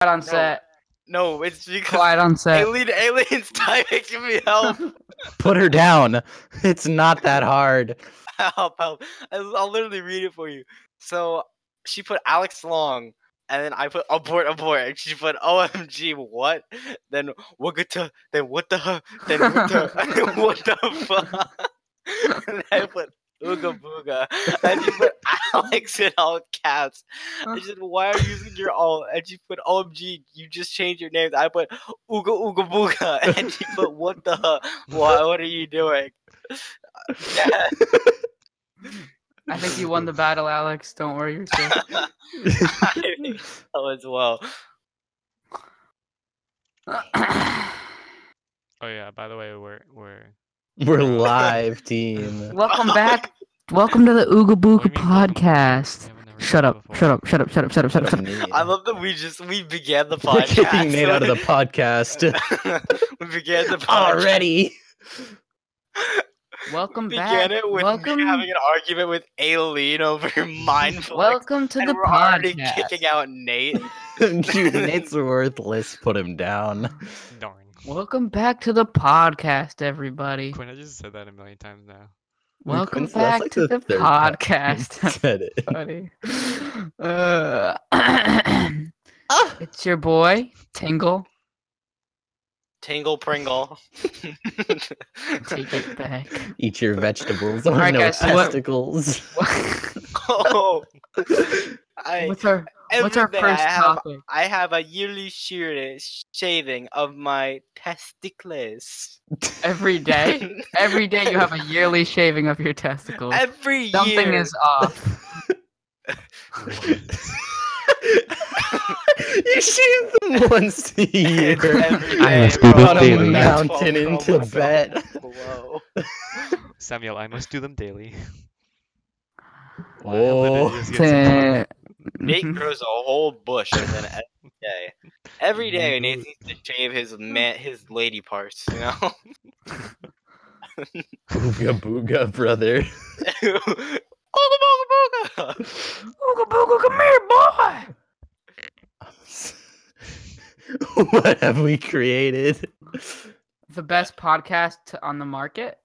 Quiet on set. No, it's because Quiet on set. alien aliens diving to me. Help! Put her down. It's not that hard. help! Help! I'll, I'll literally read it for you. So she put Alex Long, and then I put abort, abort, and she put OMG, what? Then Wagata, then what the, huh, then what the, and then what the fuck? and I put Ooga Booga, and she put Alex in all caps. I said, why are you using your all? And she put OMG, you just changed your name. I put Ooga Ooga Booga, and she put what the, huh? why, what are you doing? I think you won the battle, Alex. Don't worry yourself. I think so as well. Oh yeah. By the way, we're we're We're live, team. Welcome back. Welcome to the Ooga what do Booga you mean, welcome back? We podcast. haven't never Shut done up. it Shut up. Shut up. Shut up. Shut up. Shut up. Shut up. I love that we just we began the We're podcast. kicking Nate out of the podcast we began the podcast. already. Welcome We back. began it with welcome. me having an argument with Aileen over mindful. welcome to and the we're already podcast. kicking out Nate. Dude, Nate's worthless. Put him down. before. Darn. Welcome back to the podcast, everybody. Quinn, I just said that a million times now. Welcome Quincy, that's back like to the the, third time podcast. Said it. Funny. Uh, it's your boy Tingle. Tingle Pringle. Take it back. Eat your vegetables or Alright, no guys, so what- testicles. oh, I, what's our What's our everything I first have, topic? I have a yearly shear- shaving of my testicles. Every day, every day you have a yearly shaving of your testicles. Every year. Something is off. you shave them once a It's year. every I day, must bro. do them On a daily. Mountain in twelve kilometer Tibet. below. Samuel, I must do them daily. Oh. To- Nate Mm-hmm. grows a whole bush and then every day. Every day Nate needs to shave his man his lady parts, you know? Booga booga, brother. Ooga booga booga! Ooga booga, come here, boy. what have we created? The best podcast t- on the market,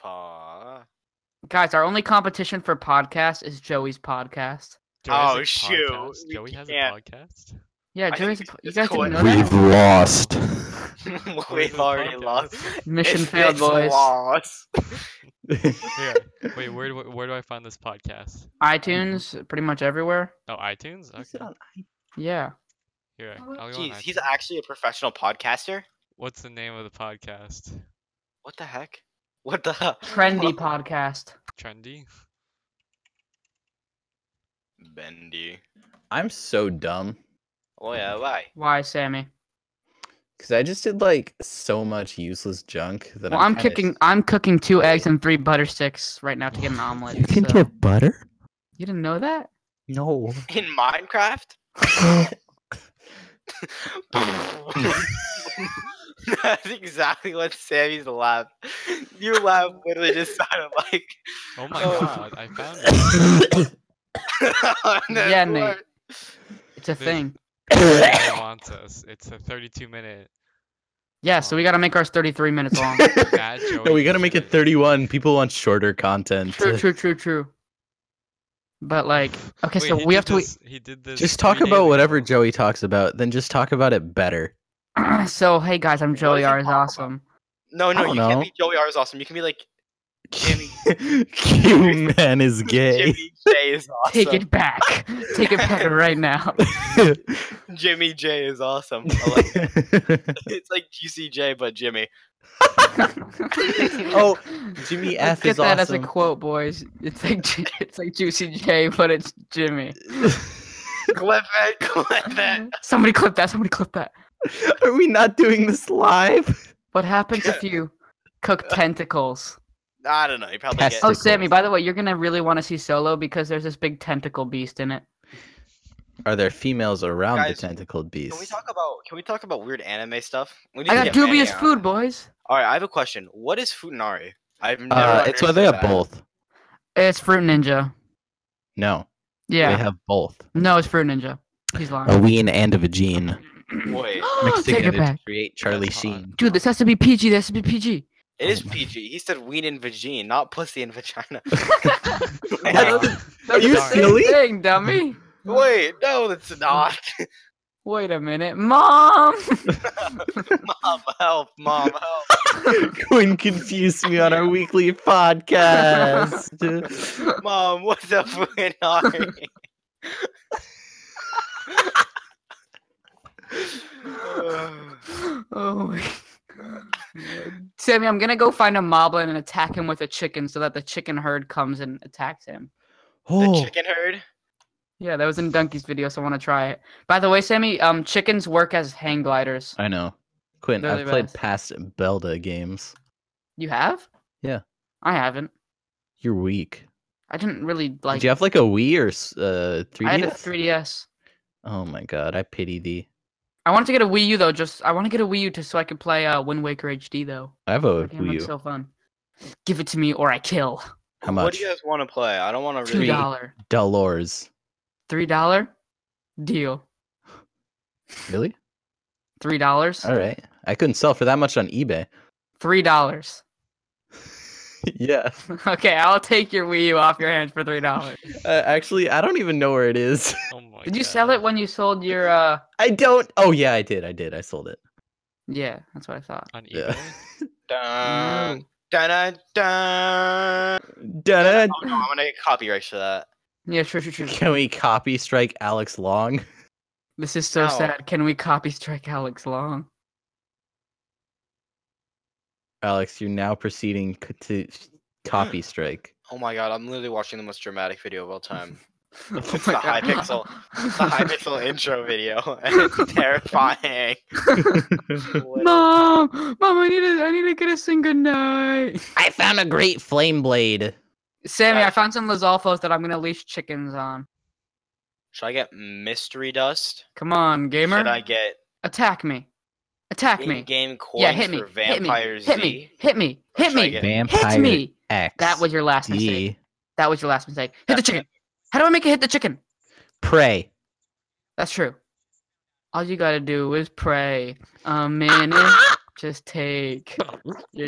Paw. guys. Our only competition for podcast is Joey's podcast. Oh, shoot, we Joey has can't. a podcast. Yeah, I think Joey's. a it's po- You guys didn't know Discord. that? lost. Where's We've the already lost. Mission It's- failed, it's boys. lost. Here, wait, where do I- where do I find this podcast? iTunes, pretty much everywhere. Oh, iTunes. Okay. Yeah. Here, Oh, I'll go on Jeez, he's iTunes. actually a professional podcaster? What's the name of the podcast? What the heck? What the heck? Trendy podcast. Trendy. Bendy. I'm so dumb Oh yeah, why? Why, Sammy? because I just did like so much useless junk that Well, I'm, kinda- cooking. I'm cooking two eggs and three butter sticks right now to get an omelet. so- butter? You didn't know that? No. In Minecraft? That's exactly what Sammy's laugh. Your laugh literally just sounded like. Oh my Oh. god, I found it. That's Yeah, Nate. what- It's a There's- thing. Everyone wants us. It's a 32 minute. Yeah. So we gotta make ours 33 minutes long. Bad no, we Joey gotta make it shit. 31. People want shorter content. true. True. True. True. But like, okay, Wait, so he we did have to. This, he did this. Just talk three about days whatever ago. Joey talks about, then just talk about it better. so hey guys, I'm What Joey is it R is all about? awesome. No, no, don't you can't know. be Joey R is awesome. You can be like Jimmy. Q man is gay. Jimmy J is awesome. Take it back. Take it back right now. Jimmy J is awesome. I like- it's like GCJ but Jimmy. Oh, Jimmy Let's F get is that awesome. as a quote, boys. It's like Ju- it's like Juicy J, but it's Jimmy. Clip it, clip it. Somebody clip that. Somebody clip that. Are we not doing this live? What happens if you cook tentacles? I don't know. You probably Test get. Oh, Tentacles. Sammy. By the way, you're gonna really want to see Solo because there's this big tentacle beast in it. Are there females around Guys, the tentacled Can we beast? talk about? Can we talk about weird anime stuff? We need I to got get dubious Manny on. food, boys. All right, I have a question. What is futanari? I've never. Uh, it's whether they understood have that. both. It's Fruit Ninja. No, Yeah. they have both. Uh-huh. No, it's Fruit Ninja. He's A lying. ween and a vagine Wait, mixed Take together it to back. create Charlie That's hot. Sheen. Dude, this has to be PG. This has to be PG. it is PG. He said ween and vagina, not pussy and vagina. That's Wow. That's you the same silly? Thing, dummy. Wait, no, it's not. Wait a minute, mom. Mom, help! Mom, help! Quinn confused me on our weekly podcast. Mom, what's up with Ari? oh my. God. Sammy, I'm gonna go find a moblin and attack him with a chicken so that the chicken herd comes and attacks him. the oh, chicken herd. Yeah, that was in Donkey's video, so I want to try it. By the way, Sammy, um, chickens work as hang gliders. I know. Quinn, They're I've the played best. past Belda games. You have? Yeah. I haven't. You're weak. I didn't really like. Did you have like a Wii or s- uh, 3DS? I had a 3DS. Oh my god, I pity thee. I wanted to get a Wii U though. Just I want to get a Wii U just so I could play uh, Wind Waker HD though. I have a That game Oh, Wii looks U. so fun. Give it to me or I kill. How What do much? you guys want to play? I don't want to Two Oh, really. dollar, Dolores. three dollar, deal. Really? Three dollars, All right. I couldn't sell for that much on eBay. three dollars. yeah. okay, I'll take your Wii U off your hands for three dollars. Uh, actually, I don't even know where it is. Oh my Did you sell it God. when you sold your? uh I don't. Oh yeah, I did. I did. I sold it. Yeah, that's what I thought. Mm. on eBay? Yeah. Dun, dun, dun, dun. Dun-dun. Oh no, I'm gonna get copyright for that. Yeah, sure, sure, sure. Can we copy strike Alex Long? This is so No. sad. Can we copy strike Alex Long? Alex, you're now proceeding c- to s- copy strike. Oh my god, I'm literally watching the most dramatic video of all time. Oh It's my the God. It's the Hypixel intro video, and it's terrifying. Mom, mom, I need to, I need to get a single night. I found a great flame blade. Sammy, Yeah. I found some Lizalfos that I'm gonna leash chickens on. Should I get mystery dust? Come on, gamer, Should I get attack me, attack me. in-game coins Yeah, hit me, for hit me, Vampire hit Z? me, hit me, Or hit should I me, get- hit me. X. That was your last mistake. D. That was your last mistake. Hit the That's it. chicken. How do I make it hit the chicken? Pray. That's true. All you gotta do is pray a minute. Just take. Your...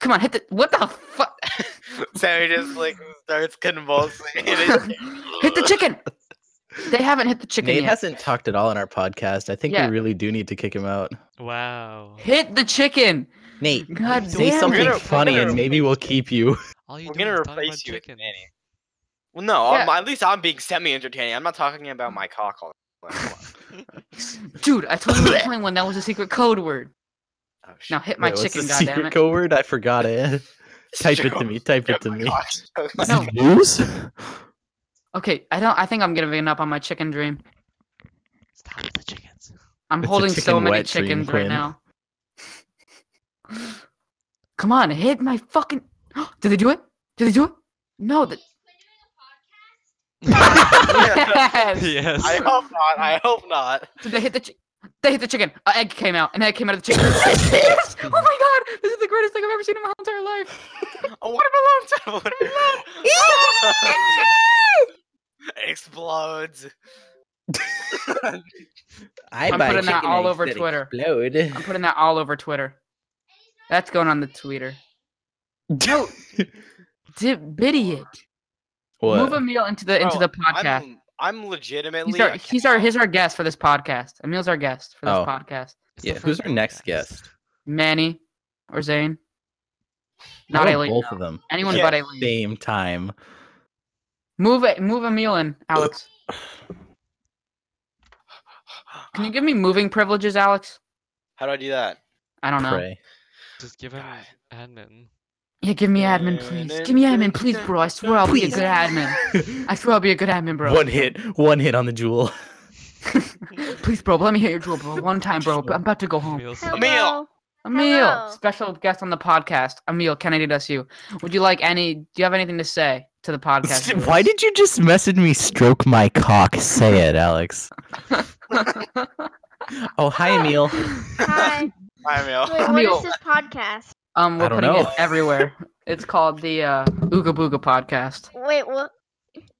Come on, hit the. What the fuck? Sammy just like starts convulsing. and it's- hit the chicken. They haven't hit the chicken Nate yet. hasn't talked at all on our podcast. I think Yeah. we really do need to kick him out. Wow. Hit the chicken. Nate, God say damn something it. We're gonna- funny we're and gonna maybe replace we'll keep you. All you We're do gonna is talk about replace you with chickens. Manny. Well, no, Yeah. I'm, at least I'm being semi-entertaining. I'm not talking about my cock. all the time. Dude, I told you we were playing one. That was a secret code word. Oh, Now shit. hit my Wait, what's chicken, the goddammit. secret code word? I forgot it. Type it to me. Type Yeah, it to Oh my me. cock's so- Is No. it news? Okay, I don't. I think I'm giving up on my chicken dream. Stop with the chickens. I'm It's a holding so chicken many wet dream, chickens Quinn. right now. Come on, hit my fucking. Did they do it? Did they do it? No. The... yes. yes. I hope not. I hope not. Did they hit the? Chi- they hit the chicken. An egg came out. An egg came out of the chicken. yes! Oh my god! This is the greatest thing I've ever seen in my whole entire life. Oh, what about Lone Tower? Explodes. I I'm buy putting that chicken all eggs over Twitter. Explode. I'm putting that all over Twitter. That's going on the Twitter. No. Dib- idiot. Move what? Emil into the into Bro, the podcast. I'm, I'm legitimately. He's our, I he's our cannot- he's our guest for this podcast. Emil's our guest for this Oh. podcast. It's the Yeah, who's first our next podcast. guest? Manny or Zane. How Not about Aileen. Both of them. Anyone Yeah. but Aileen. Same time. Move it. Move Emil in, Alex. Can you give me moving privileges, Alex? How do I do that? I don't know. Pray. Just give him God. admin. Yeah, give me admin, please. Give me admin, please, bro. I swear I'll be a good admin. I swear I'll be a good admin, bro. One hit. One hit on the jewel. Please, bro. Let me hit your jewel, bro. One time, bro. I'm about to go home. Meals. Hello. Emil! Emil, Hello. special guest on the podcast. Emil, Kennedy does you. Would you like any? Do you have anything to say to the podcast? Why did you just message me? Stroke my cock. Say it, Alex. Oh, hi, Emil. Hi. Hi, Emil. Wait, what Emil. is this podcast? um, we're I don't putting know. it everywhere. It's called the uh, Ooga Booga Podcast. Wait, what?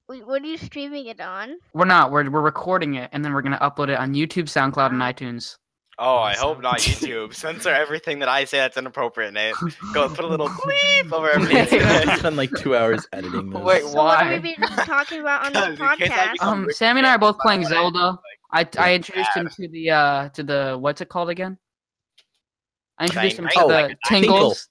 Wait, what are you streaming it on? We're not. We're we're recording it and then we're gonna upload it on YouTube, SoundCloud, and iTunes. Oh, I hope not YouTube. Censor everything that I say that's inappropriate, Nate. Go put a little bleep over It's everything. you gonna have to say. spend like two hours editing this. Wait, So what Why? have we been talking about on the Because in case I podcast? become Um, Sammy and I are both playing Zelda. I I Yeah. introduced him to the uh to the what's it called again? I introduced him to Tinkle. the Tinkle. tingles tingles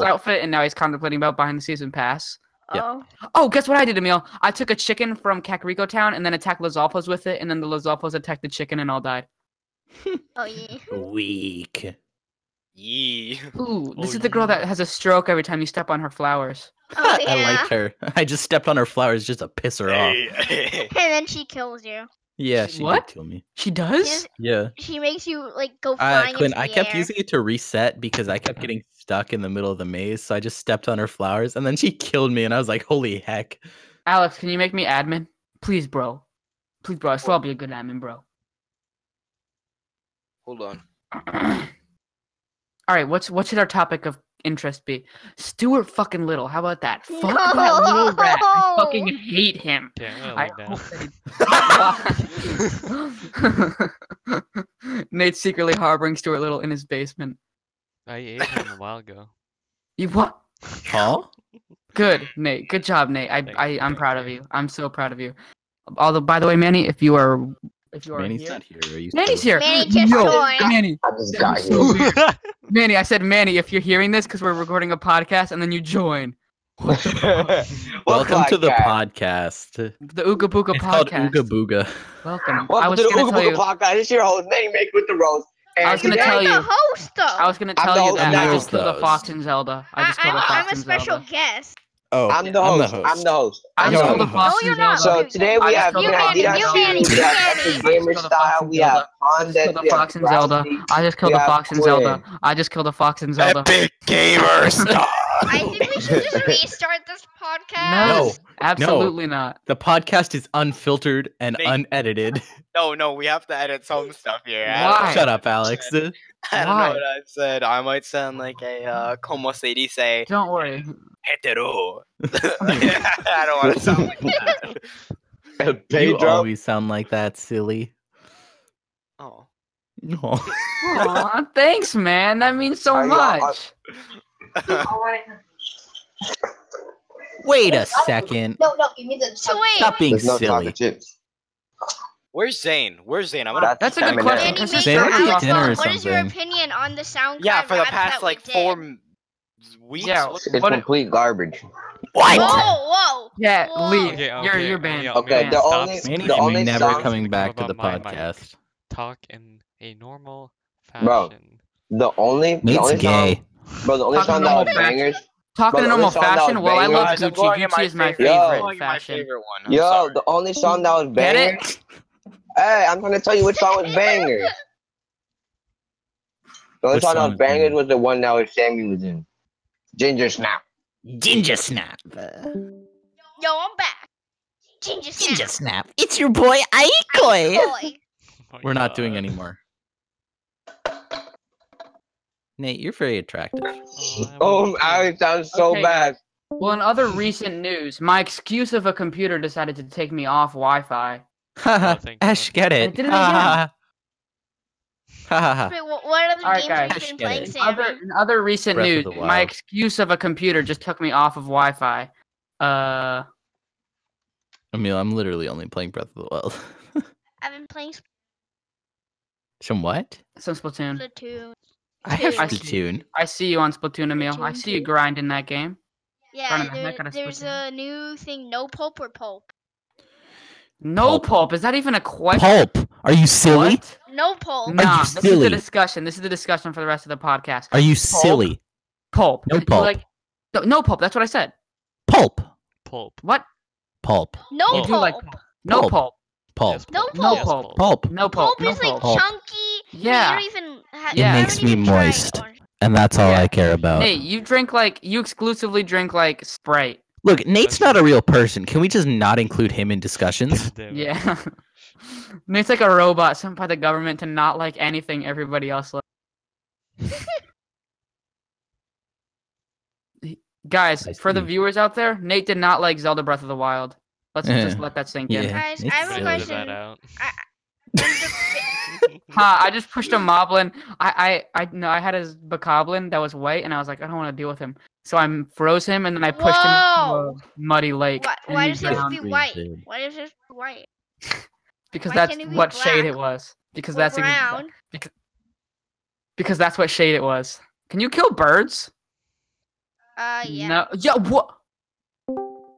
Tinkle. outfit, and now he's contemplating about buying the season pass. Yeah. Oh, Oh, guess what I did, Emil? I took a chicken from Kakariko Town and then attacked Lizalfos with it, and then the Lizalfos attacked the chicken and all died. oh yeah. Weak. Yee. Ooh, this Oh, is the girl yeah. that has a stroke every time you step on her flowers. Oh yeah. I liked her. I just stepped on her flowers just to piss her off. Hey. And then she kills you. Yeah, She- she what? did kill me. She She, does? just- Yeah. she makes you like go Uh, flying Quinn, into I the kept air. using it to reset because I kept getting stuck in the middle of the maze. So I just stepped on her flowers and then she killed me. And I was like, holy heck. Alex, can you make me admin? Please, bro. Please, bro. I swear I'll be a good admin, bro. Hold on. All right, what's what should our topic of interest be? Stuart fucking Little. How about that? Fuck that little rat. I fucking No! hate him. Okay, I'm gonna I lay hope down. that he- Nate's secretly harboring Stuart Little in his basement. I ate him a while ago. You what? Huh? Good, Nate. Good job, Nate. I, Thank I you, I'm thank proud of you. you. I'm so proud of you. Although, by the way, Manny, if you are if you are Manny's here, not here. Are you Manny's still- here. Manny just Yo, joined. Manny. I just got I'm here. so weird. Manny, I said Manny. If you're hearing this, because we're recording a podcast, and then you join Oh Welcome to the podcast. podcast. the Ooga Booga It's called podcast. Ooga Booga. Welcome. I Welcome was to the gonna Ooga tell Booga you. podcast. It's your host, Manny Make with the Rose. And I was You gonna guys tell the you. host though. I was gonna I'm tell the you host that now. I just killed a Those. fox in Zelda. I just killed a I, fox am in a special Zelda. guest. Oh, I'm the host. I'm the host. I I'm just the killed a host. fox No, in you're not. Zelda. So today I we just have killed we a have fox in Didon Zelda. Spears, we have Manny, Epic you Manny. Gamer Style, we have On I just Deck, killed we a have fox in Zelda. Rousey. I just killed we a have fox in Zelda. I just killed a fox in Zelda. Epic gamer style. I think we should just restart this No. podcast. Absolutely not. the podcast is unfiltered and Mate. unedited. No, no, we have to edit some stuff here. I- Why? Shut up, Alex. I don't Why? know what I said. I might sound like a uh, como se dice Don't worry. hetero. I don't want to sound like that. you Pedro. always sound like that, silly. Oh, No. Aw, thanks, man. That means so Are y'all- are- much. Wait a second. No, no, you need to. So wait, Stop being There's no silly. chocolate chips. where's Zane? Where's Zane? I'm gonna. That's a good Eminem. question. Manny Because made his your Manny shirt's did Alex off. dinner or What is your something. opinion on the SoundCloud? Yeah, for the raps past that like we did? four m- weeks. Yeah, What- It's What- complete garbage. Whoa, What? whoa. Yeah, Whoa. leave. Okay, You're okay, you're banned. yeah, Okay, man, the stop only Manny, speaking. the you only may never song- coming back to the About my mic. podcast. Talk in a normal fashion. Oh Bro. The only the Nate's only gay. song, bro. The only Talking song that normal was fashion. bangers. Talk in But a normal this song that fashion. was Well, I banging love on- I'm Gucci. going in Gucci is my Yo. favorite I'm going in my fashion. favorite one. I'm Yo, sorry. the only song that was Get bangers. it? Hey, I'm trying to tell you which song was bangers. The only Which song that song was is banger? bangers was the one that was Sammy was in. Ginger Snap. Ginger snap. Yo, I'm back. Ginger snap. snap. It's your boy Boy. Oh my We're not doing God. anymore. Nate, you're very attractive. Oh, Oh, Alex sounds so Okay, bad. Well, in other recent news, my excuse of a computer decided to take me off Wi-Fi. Well, thank God. Ash, get it. did it Ha, ha, ha. Ha, ha, ha. Wait, what, what other Alright, games guys. have you been Shit. playing, In Sammy? other, in other recent Breath of news, the my Wild. excuse of a computer just took me off of Wi-Fi. Uh, Emil, I'm literally only playing Breath of the Wild. I've been playing Some what? some Splatoon. Splatoon. I have I see. Splatoon. I see you on Splatoon, Emil. I see you Splatoon. grinding that game. Trying to Yeah, make that there, kind of there's Splatoon. a new thing, no pulp or pulp. No Pulp. pulp. Is that even a question? Pulp. Are you silly? What? No pulp. Nah, this is the silly? discussion. This is the discussion for the rest of the podcast. Are you silly? Pulp. No You pulp. Like, no, no pulp. That's what I said. Pulp. Pulp. What? Pulp. No You pulp. do like No Pulp. pulp. Pulp. Yes, No No Yes, pulp. Pulp. No pulp. Pulp No is like pulp. pulp. chunky. Yeah. You don't even ha- It you haven't makes me even tried moist. orange. And that's all Yeah. I care about. Nate, you drink like you exclusively drink like Sprite. Look, Nate's not a real person. Can we just not include him in discussions? Damn it. Yeah. Nate's like a robot sent by the government to not like anything everybody else likes. Guys, I for the see. viewers out there, Nate did not like Zelda Breath of the Wild. Let's Yeah. just let that sink in. Yeah, Guys, I it's have a silly. Filter question. that out. Ha! I just pushed a moblin. I I I no, I had a bokoblin that was white, and I was like, I don't want to deal with him. So I m- froze him, and then I pushed him Whoa. into a muddy lake. Why, and why he does it have drowned to be Green white? shade. Why does it have to be white? because why that's can't it be what shade it black? was. Because Or that's ex- brown? because that's what shade it was. Can you kill birds? Uh, yeah. No. Yeah. What?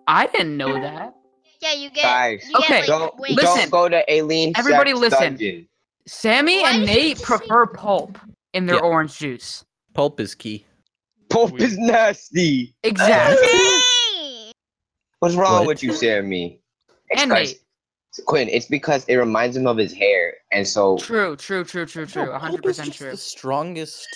I didn't know that. Yeah, you get. Guys, You get, Okay, like, don't wings. listen. don't go to Aileen. Everybody Sex listen. Dungeon. Sammy Why and did you Nate just say- prefer pulp in their Yeah. orange juice. Pulp is key. Pulp is nasty. Exactly. Dang! What's wrong What? with you, Sammy? It's and 'cause- Nate. Quinn, it's because it reminds him of his hair, and so True. True. True. True. True. One hundred percent true. The strangest.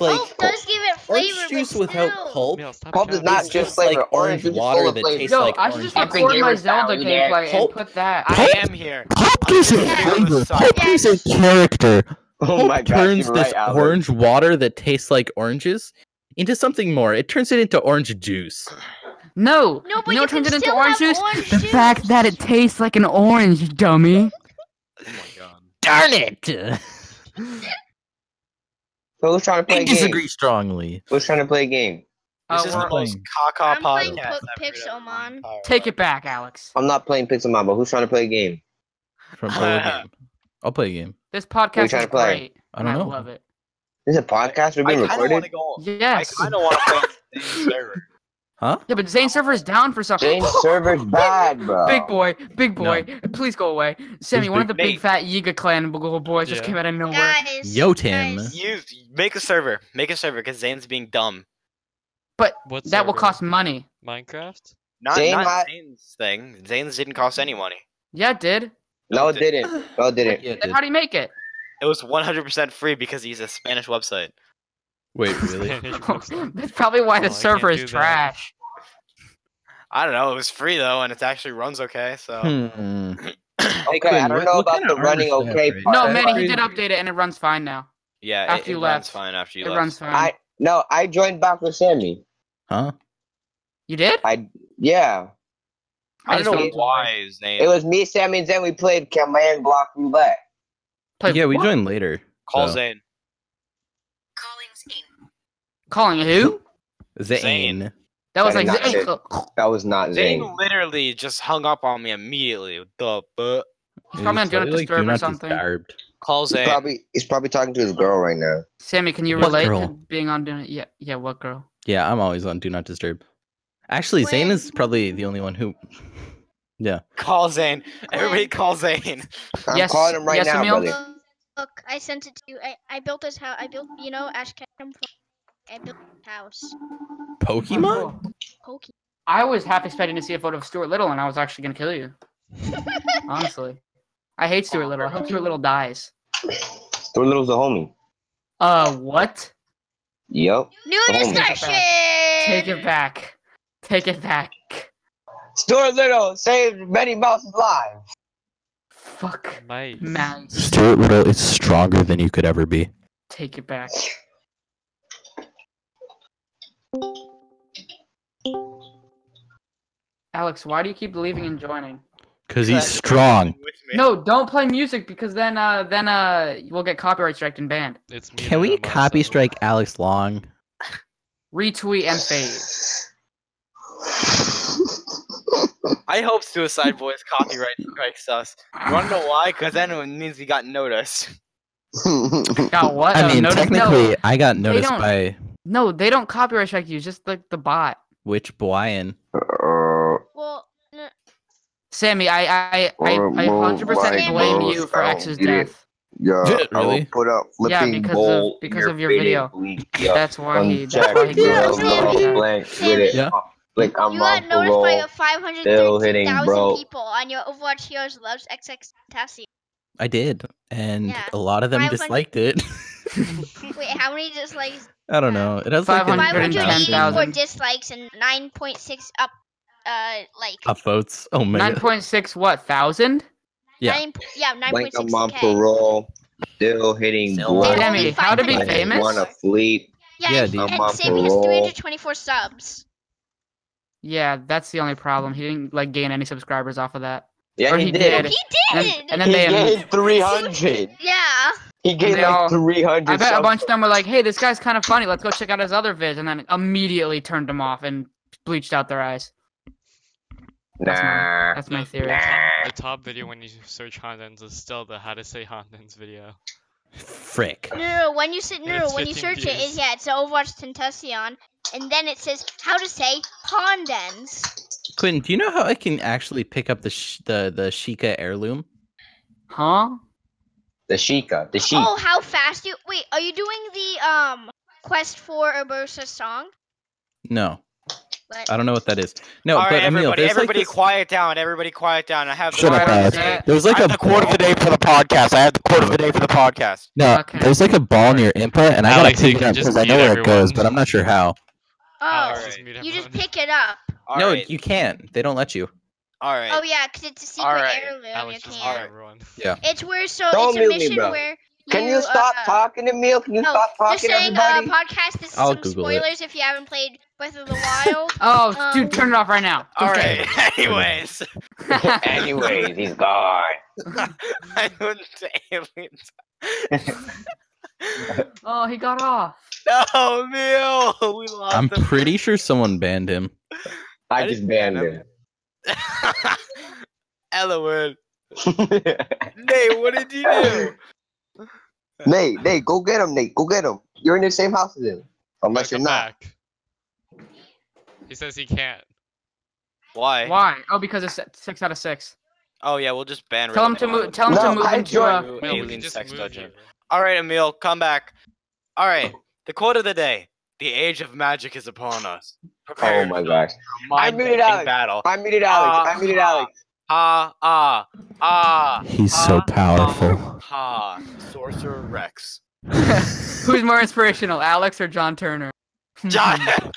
Like Pulp does give it flavor. orange but juice still. without pulp. Meow, stop Pulp is shouting. not It's just just flavor. like orange is water full of that flavor. tastes Yo, like I should orange just juice. record my Gamer style, Zelda you gameplay and Pulp- put that. I am here. Pulp is a flavor. Pulp is a character. Oh Pulp my god, turns you're this right, Alex. orange water that tastes like oranges into something more. It turns it into orange juice. No, No, but you know you what turns can it into still orange have juice? orange the fact that it juice. tastes like an orange, you dummy. Oh my god. Darn it! So who's trying to play I a game? disagree strongly. Who's trying to play a game? Uh, This is we're- the most playing. caca I'm podcast. playing I've Pokemon heard of in my Pokemon. entire take life. it back, Alex. I'm not playing Pixelmon, but who's trying to play a game? From play a game. I'll play a game. This we podcast trying is to play? great. I don't and know. I love it. This is a podcast. We're being I kind of want recorded. to go. on- I Yes. kind of want to play on the same server. Huh? Yeah, but Zane Server is down for something. James server's bad, bro. Big boy, big boy, please go away. Sammy, one of the Big big Nate? fat Yiga clan b- little boys just Yeah. came out of nowhere. Guys, Yotin. guys, You make a server. Make a server because Zane's being dumb. What That will server? cost money. Minecraft. Not, Zane not had- Zane's thing. Zane's didn't cost any money. Yeah, it did. No, it didn't. No, it didn't. Yeah, Then how do you make it? It was 100% free because he's a Spanish website. Wait, really? Spanish website. That's probably why Oh, the I can't server is do that. trash. I don't know. It was free though, and it actually runs okay. So Hmm. Hey, Okay, I Quinn, don't what- know what about kind the of orange running do you have okay right now? part. No, That's man, he why- did update it and it runs fine now. yeah, After it, you it left. runs fine after you It left. runs fine. I no, I joined back with Sammy. Huh? You did? I yeah. I just don't know don't- why It Zane was me, Sammy, and then we played Command Block Roulette. Play yeah, we what? joined later. call so. Zane. Calling who? Zane. Zane. That was That like is not Zane. That was not Zane Zane. literally just hung up on me immediately. What The but He's probably on It's Do Not probably like, Disturb or not something. disturbed. call He's Zane. probably he's probably talking to his girl right now. Sammy, can you What relate girl? to being on Do Not? Yeah, yeah. What girl? Yeah, I'm always on Do Not Disturb. Actually, Zane is probably the only one who. Call Zane. Glenn. Everybody call Zane. I'm Yes, calling him right yes, now, Emil? brother. Look, look, I sent it to you. I, I built this house. I built, you know, Ash Ketchum. from- I built this house. Pokemon? Oh, cool. Pokey. I was half expecting to see a photo of Stuart Little, and I was actually gonna kill you. Honestly, I hate Stuart Little. I hope Stuart Little dies. Three little's a homie. Uh, what? Yep. Oh New Take it back. discussion. Take it back. Take it back. Stuart Little saved Betty Mouse's life. Fuck, Mice. man. Stuart Little is stronger than you could ever be. Take it back. Alex, why do you keep leaving and joining? Because That- he's strong. With me. No, don't play music because then uh then uh we'll get copyright striked and banned. It's muted Can we on my copy side. strike Alex Long? Retweet and fade. I hope Suicide Boys copyright strikes us. You wanna know why? Because then it means we got noticed. Got what? I Uh, mean, notice- technically, no, I got noticed don't- by no, they don't copyright strike you. Just like the bot. Witch Boyan. Well, no, Sammy, I I I, Or I more 100% like blame those you for foul X's idiots. death. yeah, I Really? will put up Yeah, flipping because of- bowl in because your of your faded video. bleep. Yep. That's why he. That's Unchecked, why he Yeah, did bro. that's why that. he Bro, did blank with it. Yeah. Like I'm you off got the noticed by roll. about Still hitting, 513,000 bro. people on your Overwatch Heroes Loves XX Tassie. I did. And Yeah. a lot of them 500 disliked it. Wait, how many dislikes? I don't know. It has like an 510,000. 584 dislikes and 9.6 up, uh, like. upvotes. Oh man. Nine point six what thousand? yeah. Nine, po- yeah, Like I'm on 9.6k. parole. Still hitting Still blood. on Demi, how to be Like, famous? Wanna fleep. Yeah, Yeah, and, dude. and I'm on Sammy has parole. 324 subs. Yeah, that's the only problem. He didn't like gain any subscribers off of that. Yeah, Or he, he did. did. He And, did. and then he they, gained 300. yeah. He gained they like all- 300. I bet a subs. bunch of them were like, "Hey, this guy's kind of funny. Let's go check out his other vids," and then immediately turned him off and bleached out their eyes. That's my- Nah. That's my Yeah. theory. Nah. The top video when you search Hondens is still the how to say Hondens video. Frick. No, no, no, when you sit, no, Yeah, no, it's when you 15 search it, it, views. yeah, it's the Overwatch Tentacion, and then it says how to say Pondens. Clinton, do you know how I can actually pick up the sh- the the Sheikah heirloom? Huh? The Sheikah. The Sheik. Oh, how fast you wait? Are you doing the um quest for Urbosa song? No, But I don't know what that is. No, All right, but Emil, everybody, there's everybody, like this- quiet down. Everybody, quiet down. I have. Shut the up, I have Alex. the day- There's I like have a the quote of the day for the podcast. I have the quote of the day for the podcast. no. Okay. There's like a ball near input, and I gotta Alex, you pick it can up just because I know mute where it goes, everyone. but I'm not sure how. oh, Alex, mute you just everyone. pick it up. All no, right, you can't. They don't let you. all right. Oh yeah, 'cause it's a secret Alright, heirloom. Alex you just can't. mute Alright. everyone. It's where so Don't it's a mute me, mission bro. where you. Can you stop uh, talking to me? Can you oh, stop talking, Just saying, everybody? uh, podcast. This is I'll some Google it. spoilers if you haven't played Breath of the Wild. Oh, Um, dude, turn it off right now. all Don't say right. Anyways, it. Anyways, he's gone. I went to aliens. oh, he got off. No, Neil, we lost I'm him. pretty sure someone banned him. I I just didn't banned ban him. Elwood. Nate, what did you do? Nate, Nate, go get him, Nate. Go get him. You're in the same house as him. Unless Go you're not. back. He says he can't. Why? Why? Oh, because it's six out of six. Oh yeah, we'll just ban. Tell him Rick to now. move. Tell him No, to move I into uh, a. joined. No, we Alien can just sex move dungeon. you. All right, Emil, come back. All right, the quote of the day: The age of magic is upon us. Prepare Oh my gosh. I mind muted Alex. battle. I muted Uh, Alex. I muted Alex. Ah, ah, ah, He's so so Ah. powerful. ha! Sorcerer Rex. Who's more inspirational, Alex or John Turner? John. Yeah,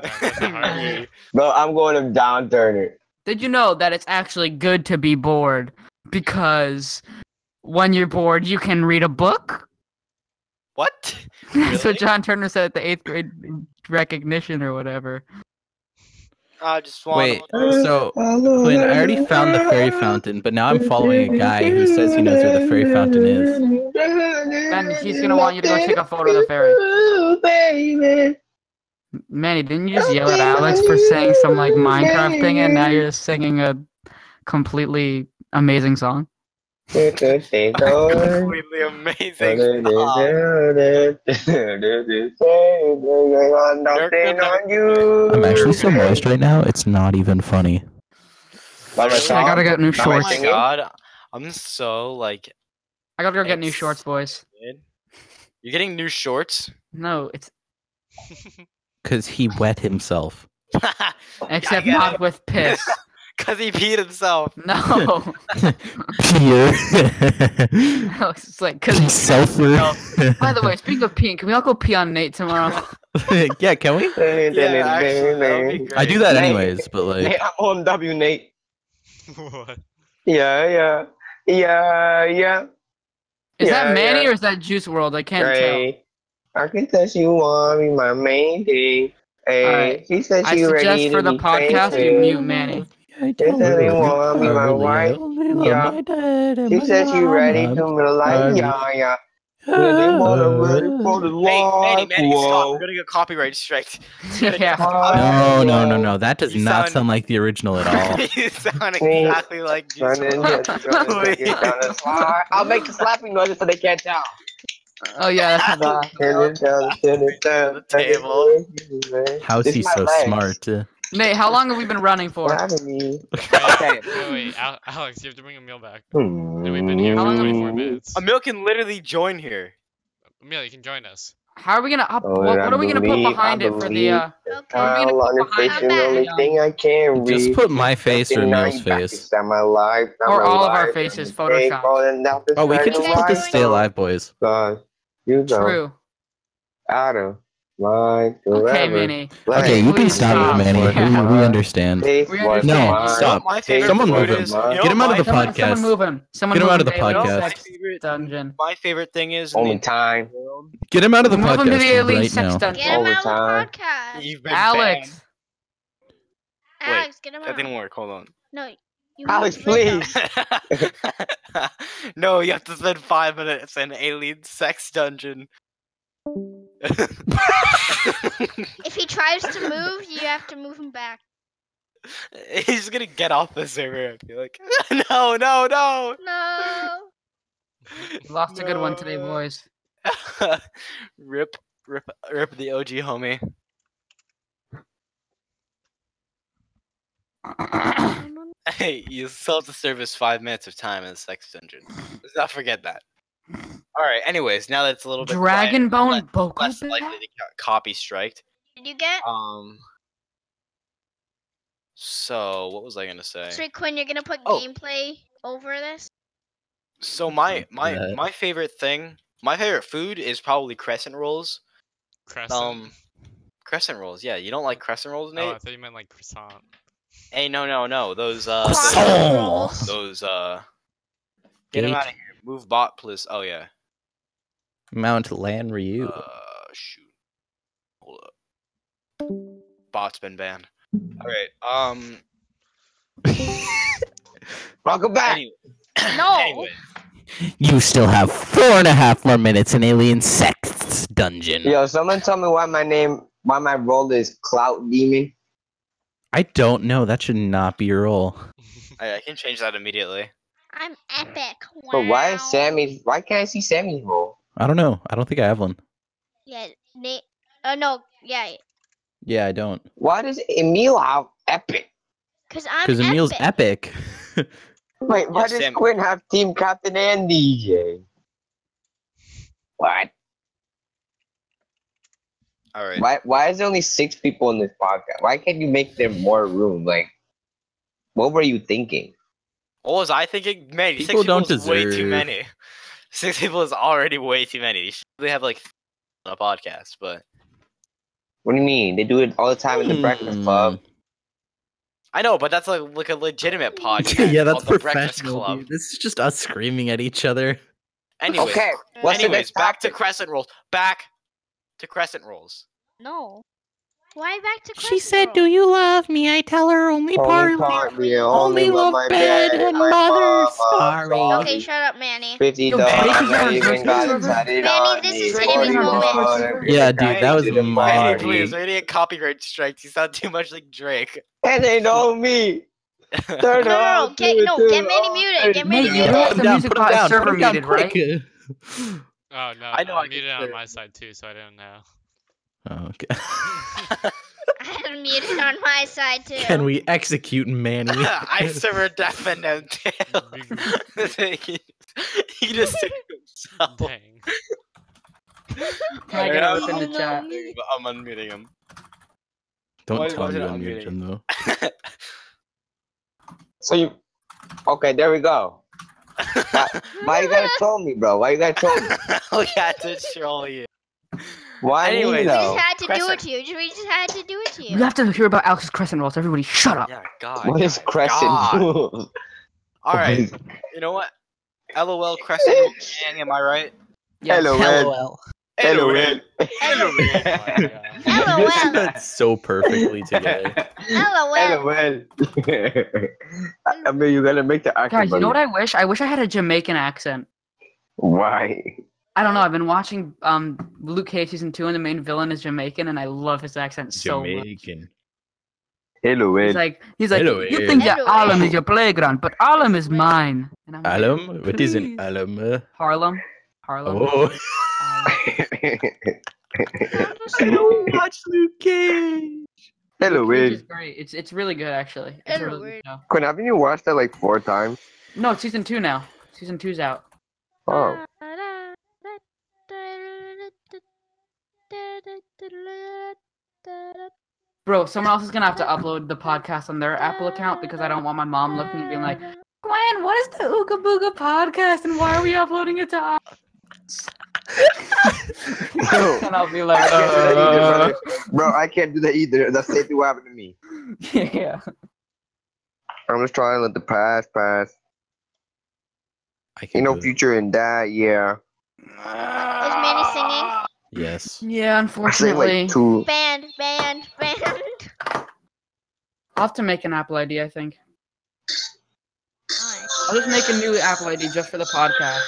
that's a hard one. Bro, I'm going to Don Turner. Did you know that it's actually good to be bored? Because when you're bored, you can read a book. what? That's Really? what John Turner said at the eighth grade recognition or whatever. I just Wait, want. so Clint, Clint, I already found the fairy fountain, but now I'm following a guy who says he knows where the fairy fountain is. Then he's gonna want you to go take a photo of the fairy. baby. Manny, didn't you just yell at Alex for saying some like Minecraft thing, and now you're just singing a completely amazing song? It's a thing, though. Completely amazing. song. I'm I'm actually so moist right now. It's not even funny. I gotta get new Not my Oh shorts. my god, I'm so like. I gotta go get new It's- shorts, boys. Dude. You're getting new shorts? No, it's Because he wet himself. except I got not with piss. Because he peed himself. No, Peter. Alex, it's like He's because. sulfur. By the way, speaking of peeing, can we all go pee on Nate tomorrow? yeah, can we? Yeah, actually, that would be Nate, I great. do that Hey. anyways, but like, I'm on W, Nate. What? Yeah, yeah. Yeah, yeah. Is Yeah, that Manny yeah. or is that Juice World? I can't Hey, I can tell she want me my main thing. Hey, Alright. she said tell. I she ready suggest to for the be podcast you faithful. mute Manny. I don't Oh, really want me, my wife. Yeah. She said she ready to me like, I'm- yeah, yeah. Really wanna ready for the Manny, walk, Manny, Manny, stop. We're whoa. going to get copyright strike. yeah. No, no, no, no. That does You not sound- sound like the original at all. you sound Wait. exactly like Oh. Turn in, Jesus. yes, you're gonna take it down the slide. I'll make the slapping noises so they can't tell. Oh yeah, that's Turn it down, turn it down, turn it down. How's It's he my so legs. smart? Uh, Nate. How long have we been running for? Grabbing me. Wait, Okay. wait, wait, Al- Alex, you have to bring Emil back. Hmm. Dude, We've been here for How long have we- 24 minutes. Emil can literally join here. Emil, you can join us. How are we gonna? up Oh, what, I what are we gonna believe- I put behind it for the? believe. Uh, Okay. How long is Behind face the that, only yeah. thing I can read? Just put my face or Nothing Neil's like that. face. It's not my life, not Or my all of our life. faces I'm fake, photoshopped. all in that Oh, we disguise could just Guys, put this join stay us. alive, boys. God, you go. true. Adam. Like Okay, whatever. Minnie. Like, Okay, you can Please stop stop. it, Manny. We, we Yeah. understand. taste We was understand. No, mine. stop. My Taste favorite Someone was food move him. is, mine. you know Get him out of the my- Someone, someone podcast. move him. Get him Someone move out of the Bailey to podcast. sex favorite- Dungeon. My favorite thing is in the Only time. entire world. Get him out of the move him to the podcast elite right sex now. dungeon. Get him All the out time. of the podcast. You've been Alex. wait, Alex, get him banned. That out. didn't work. Hold on. No, you Alex, have to let him. please. no, you have to spend five minutes in alien sex dungeon. If he tries to move, you have to move him back. He's gonna get off the server and be like, no, no, no. No. We Lost a good one today, No. boys. rip, rip, rip the OG homie. Hey, you sold the service five minutes of time in the sex dungeon. Let's not forget that. All right. Anyways, now that's a little bit Dragon quieter, Bone Boku. less, less Bat? likely to co- copy striked. Did you get? Um. So what was I gonna say? So Quinn, you're gonna put Oh. gameplay over this? So my my that. my favorite thing, my favorite food is probably crescent rolls. Crescent. Um, crescent rolls. Yeah, you don't like crescent rolls, oh, I Nate? thought you meant like croissant. Hey, no, no, no. Those uh, Croissant. Oh. those, those, uh, get him Gate. out of here. Move bot, please. Oh yeah. Mount Lan Ryu. Uh, shoot. Hold up. Bot's been banned. All right. Um. Welcome back. Anyway. No. anyway, You still have four and a half more minutes in Alien Sex Dungeon. Yo, someone tell me why my name, why my role is Clout Demon. I don't know. That should not be your role. Oh, I, I can change that immediately. I'm epic. Wow. But why is Sammy? Why can't I see Sammy's role? I don't know. I don't think I have one. Yeah, Nate. Oh no, yeah, Yeah, I don't. Why does Emil have epic? cause I'm. Because Emil's epic. Wait, why Yeah, does Sammy. Quinn have team captain and DJ? What? All right. Why? Why is there only six people in this podcast? Why can't you make there more room? Like, what were you thinking? What was I thinking? Man, six People people don't is way too deserve- many. Six people is already way too many. You should really have like on a podcast, but What do you mean? They do it all the time in the Breakfast Club. I know, but that's like like a legitimate podcast. yeah, that's called the Breakfast professional. Club. dude. This is just us screaming at each other. Anyways, okay, what's the anyways, next back to topic? crescent rolls. Back to crescent rolls. No. Why back to? She Crescent said, Roll? "Do you love me?" I tell her only Only partly. partly, Only what love my bed dad and my mother, mama sorry. taught Okay, me. shut up, Manny. Pretty Yo, dog, Baby I Driver, even Baby got Driver. excited Manny, on this me. is Baby Driver. Yeah, dude, that was Manny, Marty. please, we're gonna get copyright strikes. You sound too much like Drake. And they know me. No, Turn no, no, off, get do it, no, do get it, Manny oh, muted. Get turn Manny it muted. down. All the music bot is server muted, right? right? Oh no, I know I I can muted it hear on it. my side too, so I don't know. Oh, okay. I had muted on my side too. Can we execute Manny? I server death and no tail. he he just took himself. Dang. Can I get a rip in the chat? I'm unmuting him. Don't Why- why tell me did you I unmute unmute him though. it? So you, okay, there we go. Why you gotta tell me, bro? Why you gotta tell me? we had to troll you. Why Anyways. me We though? just had to do it Crescent. to you. We just had to do it to You you. have to hear about Alex's crescent rolls. Everybody, shut up. Yeah, God. What is God, crescent God. rules? All right, you know what? LOL crescent. Roll Manny, am I right? Yes. Hello, man. Hello, man. Hello, Oh my man. god. You said LOL. that so perfectly together. LOL. man. I mean, you gotta make the Guys, argument. you know what I wish? I wish I had a Jamaican accent. Why? I don't know. I've been watching um Luke Cage season two, and the main villain is Jamaican, and I love his accent so much. Jamaican. Hello, He's man. like, he's like, Hello, you eh? think your Hello, eh?" Harlem is your playground, but Harlem is mine. And I'm like, Alum? What is "Please." an alum? uh, Harlem, Harlem. Um, Oh. Harlem. so much Luke Cage. Hello, Luke Cage is man. great. It's it's really good actually. It's a Hello, really good show. Quinn, haven't you watched that like four times? No, it's season two now. Season two's out. Oh. Bro, someone else is gonna have to upload the podcast on their Apple account because I don't want my mom looking and being like, Gwen, what is the Ooga Booga podcast and why are we uploading it to us? and I'll be like, I can't do that either, uh, brother. Bro, I can't do that either. That's the same thing what happened to me. yeah. I'm just trying to let the past pass. I can Ain't no do it. future in that, yeah. Is Manny singing? Yes. Yeah, I say unfortunately. like two. Band, band, band. I'll have to make an Apple ID, I think. I'll just make a new Apple ID just for the podcast.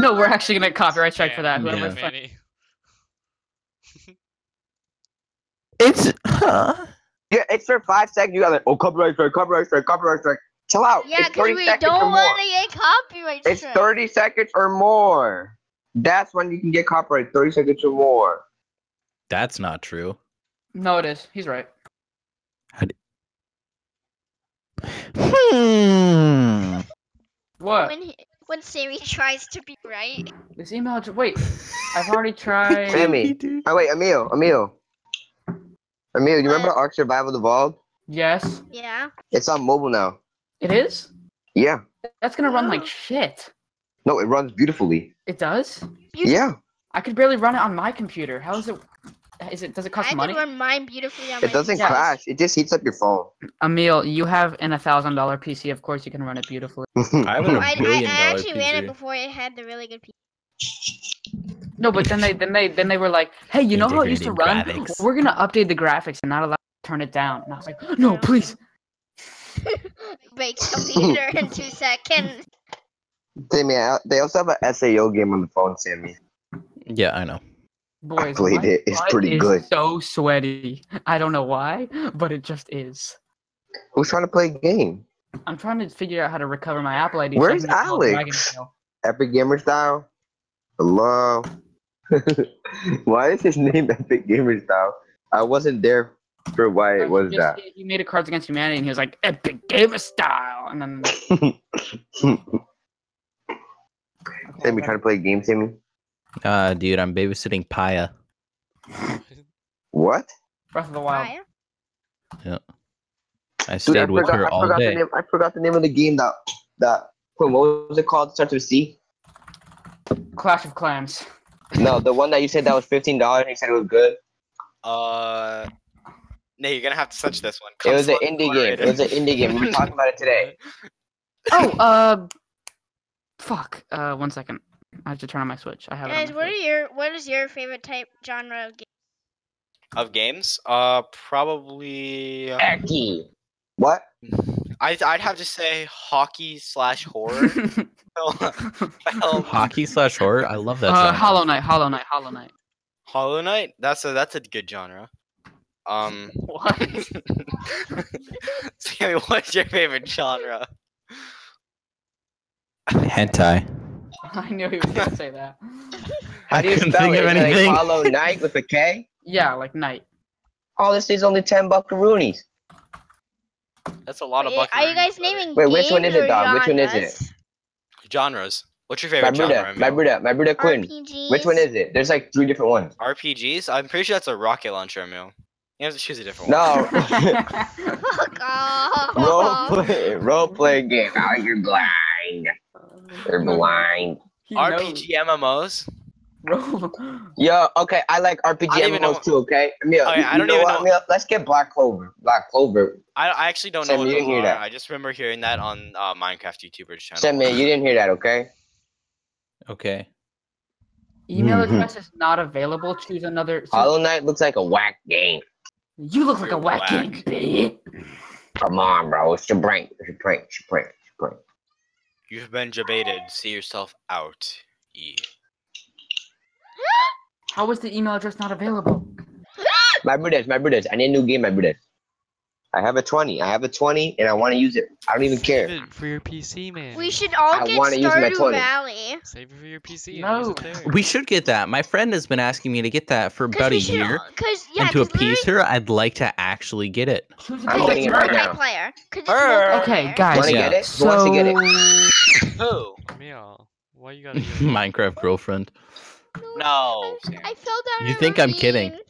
No, we're actually gonna copyright strike for that. Damn, Whoever Yeah. the fuck- Manny. It's huh? Yeah, it's for five seconds. You got like, oh, copyright strike, copyright strike, copyright strike. Chill out. yeah, it's because 30 we seconds or don't more. want to get copyright It's strike. 30 seconds or more. That's when you can get copyright. 30 seconds or more. That's not true. No, it is. He's right. Hmm. What? When, he, when Siri tries to be right, This email. ju- Wait, I've already tried. Sammy. Oh, wait, Emil, Emil. Emil, you remember Uh, Ark Survival Evolved? Yes, yeah. It's on mobile now. it is. Yeah. That's gonna run like shit. No, it runs beautifully. It does. You- Yeah. I could barely run it on my computer. How is it? Is it? Does it cost I money? could run mine beautifully on my It doesn't Yeah. crash. It just heats up your phone. Emil, you have an a thousand dollar PC. Of course, you can run it beautifully. I would have I, I, I billion dollar actually ran it PC. before it had the really good people. No, but then they then they then they were like, "Hey, you know how it used to run? Integrating graphics. We're gonna update the graphics and not allow you to turn it down." And I was like, "No, please." Break computer in two seconds. Sammy, I- they also have an SAO game on the phone, Sammy. Yeah, I know. Boys, played my it. It's butt pretty is good. So sweaty. I don't know why, but it just is. Who's trying to play a game? I'm trying to figure out how to recover my Apple ID. so I Where's can install Dragon Alex? Tail. Epic Gamer Style? Hello? why is his name Epic Gamer Style? I wasn't there for why it was Just- that. He made a Cards Against Humanity, and he was like, "Epic Gamer Style," and then. Okay, Sammy, trying to play a game, Sammy? Uh, dude, I'm babysitting Paya. What? Breath of the Wild. Why? I Dude, stayed I with forgot, her I, all forgot the day. name, I forgot the name of the game that, that, what was it called? Starts with C? Clash of Clans. No, the one that you said that was $15 and you said it was good. Uh, no, you're gonna have to search this one. It was an Console indie game. It was an indie game. We were talking about it today. Oh, uh, fuck. Uh, one second. I have to turn on my Switch. I have Guys, it. on my what are Switch. your what is your favorite type genre of game? of games. Uh, probably. uh, Aki. What? I I'd have to say hockey slash horror. Hell- hell, Hockey slash horror. I love that. uh, genre. Hollow Knight. Hollow Knight. Hollow Knight. Hollow Knight. That's a that's a good genre. Um, What? Sammy, what's your favorite genre? Hentai. I knew he was gonna say that. How do you couldn't spell think it? of Is it anything. Like Hollow Knight with a K? Yeah, like Knight. Oh, this is only 10 buckaroonies. That's a lot of. Wait, Are you buckaroos, guys brother. naming Wait, which one is games it, or Dom? Which one is genres? genres? What's your My favorite genre? Buddha, my Emil? Buddha, my Buddha Quinn. RPGs. Which one is it? There's like three different ones. RPGs? I'm pretty sure that's a rocket launcher, Emil. You have to choose a different one. No. Fuck role off. play, role play game. Oh, you're blind. You're blind. He RPG MMOs? knows. Yo, okay, I like RPG I don't even know MMOs what- too, okay? Emil, Okay, you, I you don't know even what, know- Emil? Let's get Black Clover. Black Clover. I, I actually don't Sam, know what you those didn't hear are. that. I just remember hearing that on uh, Minecraft YouTuber's channel. Sammy, you didn't hear that, okay? Okay. Email Mm-hmm. address is not available. Choose another. so- Hollow Knight looks like a whack game. you look like a You're whack whack. king, bitch. Come on, bro. It's your prank. It's your prank. It's your prank. It's your prank. You've been debated. See yourself out. E. How is the email address not available? My Buddhas, my Buddhas. I need a new game, my Buddhas. I have a 20. I have a 20 and I want to use it. I don't even Save care. it for your PC, man. We should all I get wanna use my Stardew toilet. Valley. Save it for your PC. and use it No. there. We should get that. My friend has been asking me to get that for about a year. Cause yeah, and to 'cause literally appease her, I'd like to actually get it. Choose I'm Cause different getting it's it right version. now. multiplayer. 'Cause it's Err. Okay, multiplayer. guys. Want to Yeah. get it? Who So wants to get it? Who? Emil, why you gotta yell at me? Minecraft girlfriend. No. I'm- I fell down. You a think I'm kidding. ravine.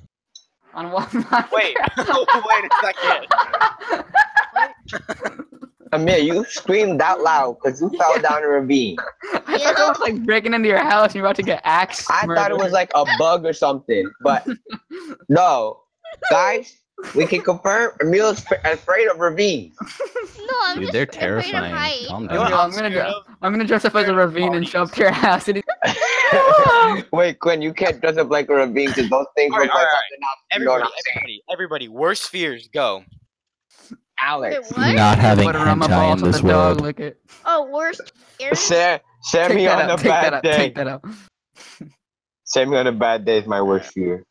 on one. Wait. wait a second. Amir, you screamed out loud because you fell down a ravine. I thought it was like breaking into your house and you're about to get axed. I thought murdered. it was like a bug or something, but no, guys, we can confirm Emil's f- afraid of ravines. No, I'm Dude, just they're afraid of height. terrifying. Calm You know what down. I'm gonna scared do? I'm gonna dress up as a ravine and shove to your house. And Wait, Quinn, you can't dress up like a ravine because those things All look right, like all right, something else. you know what Everybody, I'm saying? everybody, everybody. Worst fears, go. Wait, Alex, what? Not having put her on my hentai balls in so the this dog world. lick it. Oh, worst fear? share, share Take me that on up. a Take that bad up. Take day. that up. Share me on a bad day is my worst fear.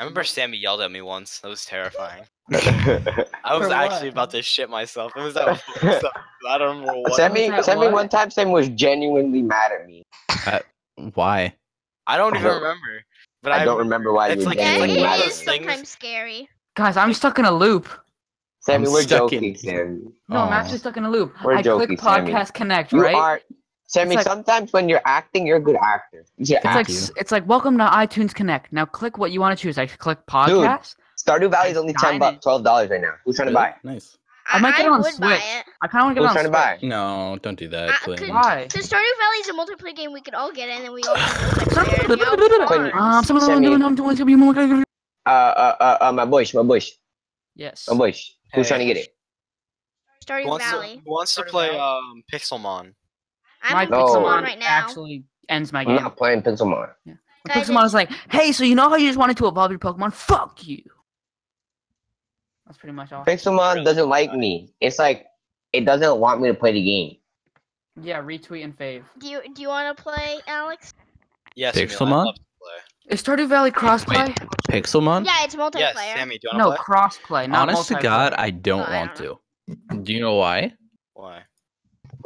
I remember Sammy yelled at me once. That was terrifying. Sammy, I was For actually what? about to shit myself. It was that. so- I don't remember what. was that Sammy one? one time Sammy was genuinely mad at me. Why? I don't even I don't- remember. But I don't remember why it's you were like- Yeah, it's genuinely one mad of it at is those me. things- sometimes scary. Guys, I'm stuck in a loop. Sammy, I'm we're stuck in- joking, Sammy. No, I'm Aw. actually stuck in a loop. We're I joking, click Sammy. podcast connect, You right? are Sammy, like- sometimes when you're acting, you're a good actor. You should it's act. like you. s- it's like welcome to iTunes Connect. Now click what you want to choose. I click podcast. Stardew Valley is only ten Diamond. bucks, twelve dollars right now. Who's trying to buy? Really? Nice. I might get it on would buy Switch. it. I kind of want to get Who's on. trying to buy? No, don't do that. Uh, Clint. could- Why? So Stardew Valley is a multiplayer game we could all get in, and we all can multiplayer. and we all Quinn. can Um, someone Sammy. I'm doing something. I'm doing. Uh, uh, uh, uh, my boys, my boys, Yes. my boys. Who's Hey. trying to get it? Stardew Who wants, to, Valley. who wants to play um, Pixelmon? My I'm No. on Pixelmon Pokemon right now. actually ends my I'm game. not playing Pixelmon. My Guys, Pokemon is like, hey, so you know how you just wanted to evolve your Pokemon? Fuck you. That's pretty much all. Pixelmon doesn't like me. It's like it doesn't want me to play the game. Yeah, retweet and fave. Do you do you want to play, Alex? Yes, Emil, I'd Pixelmon? love to play. Is Stardew Valley crossplay? Pixelmon? Yeah, it's multiplayer. Yes, Sammy, do you No, want to play? crossplay. Not Honest to multiplayer. God, I don't No, Oh, I want to. Do you know why? Why?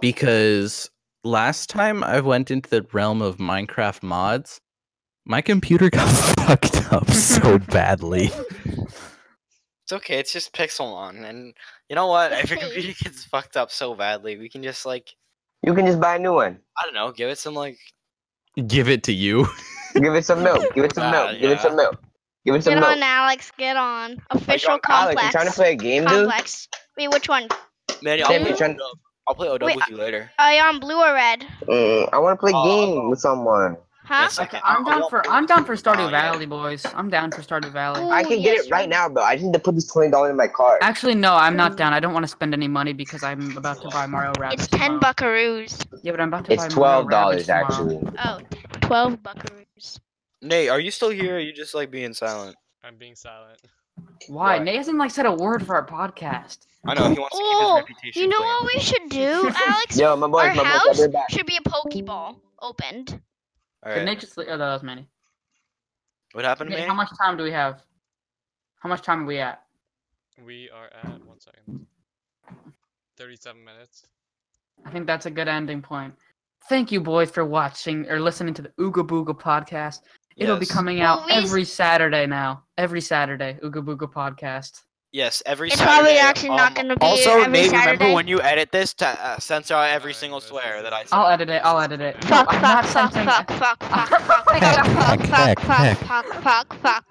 Because last time I went into the realm of Minecraft mods, my computer got fucked up so badly. It's okay. It's just Pixelmon, and you know what? It's If your fake. computer gets fucked up so badly, we can just like You can just buy a new one. I don't know, give it some like. Give it to you. Give it some milk. Give it some Ah, milk. Give it some yeah. milk. Give it some Get milk. on, Alex. Get on. Like, Official Oh Alex, complex. you trying to play a game, dude? complex. Wait, which one? Man, I'll Sammy, play, tryna- OW. I'll play OW Wait, with you later. Are you on blue or red? Mm, I want to play Oh, game oh. with someone. Huh? Yes, Okay, I I'm want Oh, down for Pokemon I'm down for now, Stardew yeah. Valley, boys. I'm down for Stardew Valley. I can Ooh, get yes, it you're right on- now, though. I just need to put this twenty dollars in my card. Actually, no, I'm not down. I don't want to spend any money because I'm about to buy Mario Rabbids. It's ten tomorrow. buckaroos. Yeah, but I'm about to It's buy twelve Mario Rabbids dollars tomorrow. actually. Oh, 12 buckaroos. Nate, are you still here? Or are you just like being silent? I'm being silent. Why? What? Nate hasn't like said a word for our podcast. I know he wants to Oh, keep his reputation. You know clean. what we should do, Alex? Yo, my boys, Our my boys, I'll house be back. should be a Pokeball opened. All Did right. Nate just? Oh, that was Manny. What happened to Nate, me? how much time do we have? How much time are we at? We are at one second. Thirty-seven minutes. I think that's a good ending point. Thank you, boys, for watching or listening to the Ooga Booga podcast. It'll be Yes. coming Well, out we- every Saturday now. Every Saturday, Ooga Booga podcast. Yes, every It's Saturday. probably actually not um, going to be Also, every Nate, Saturday. remember when you edit this to uh, censor out every Alright, single this swear is- that I said? I'll edit it. I'll edit it. Fuck, Fuck, I'm fuck, not fuck, censoring- fuck, fuck, fuck, fuck, fuck, fuck, fuck, fuck, fuck, fuck, fuck,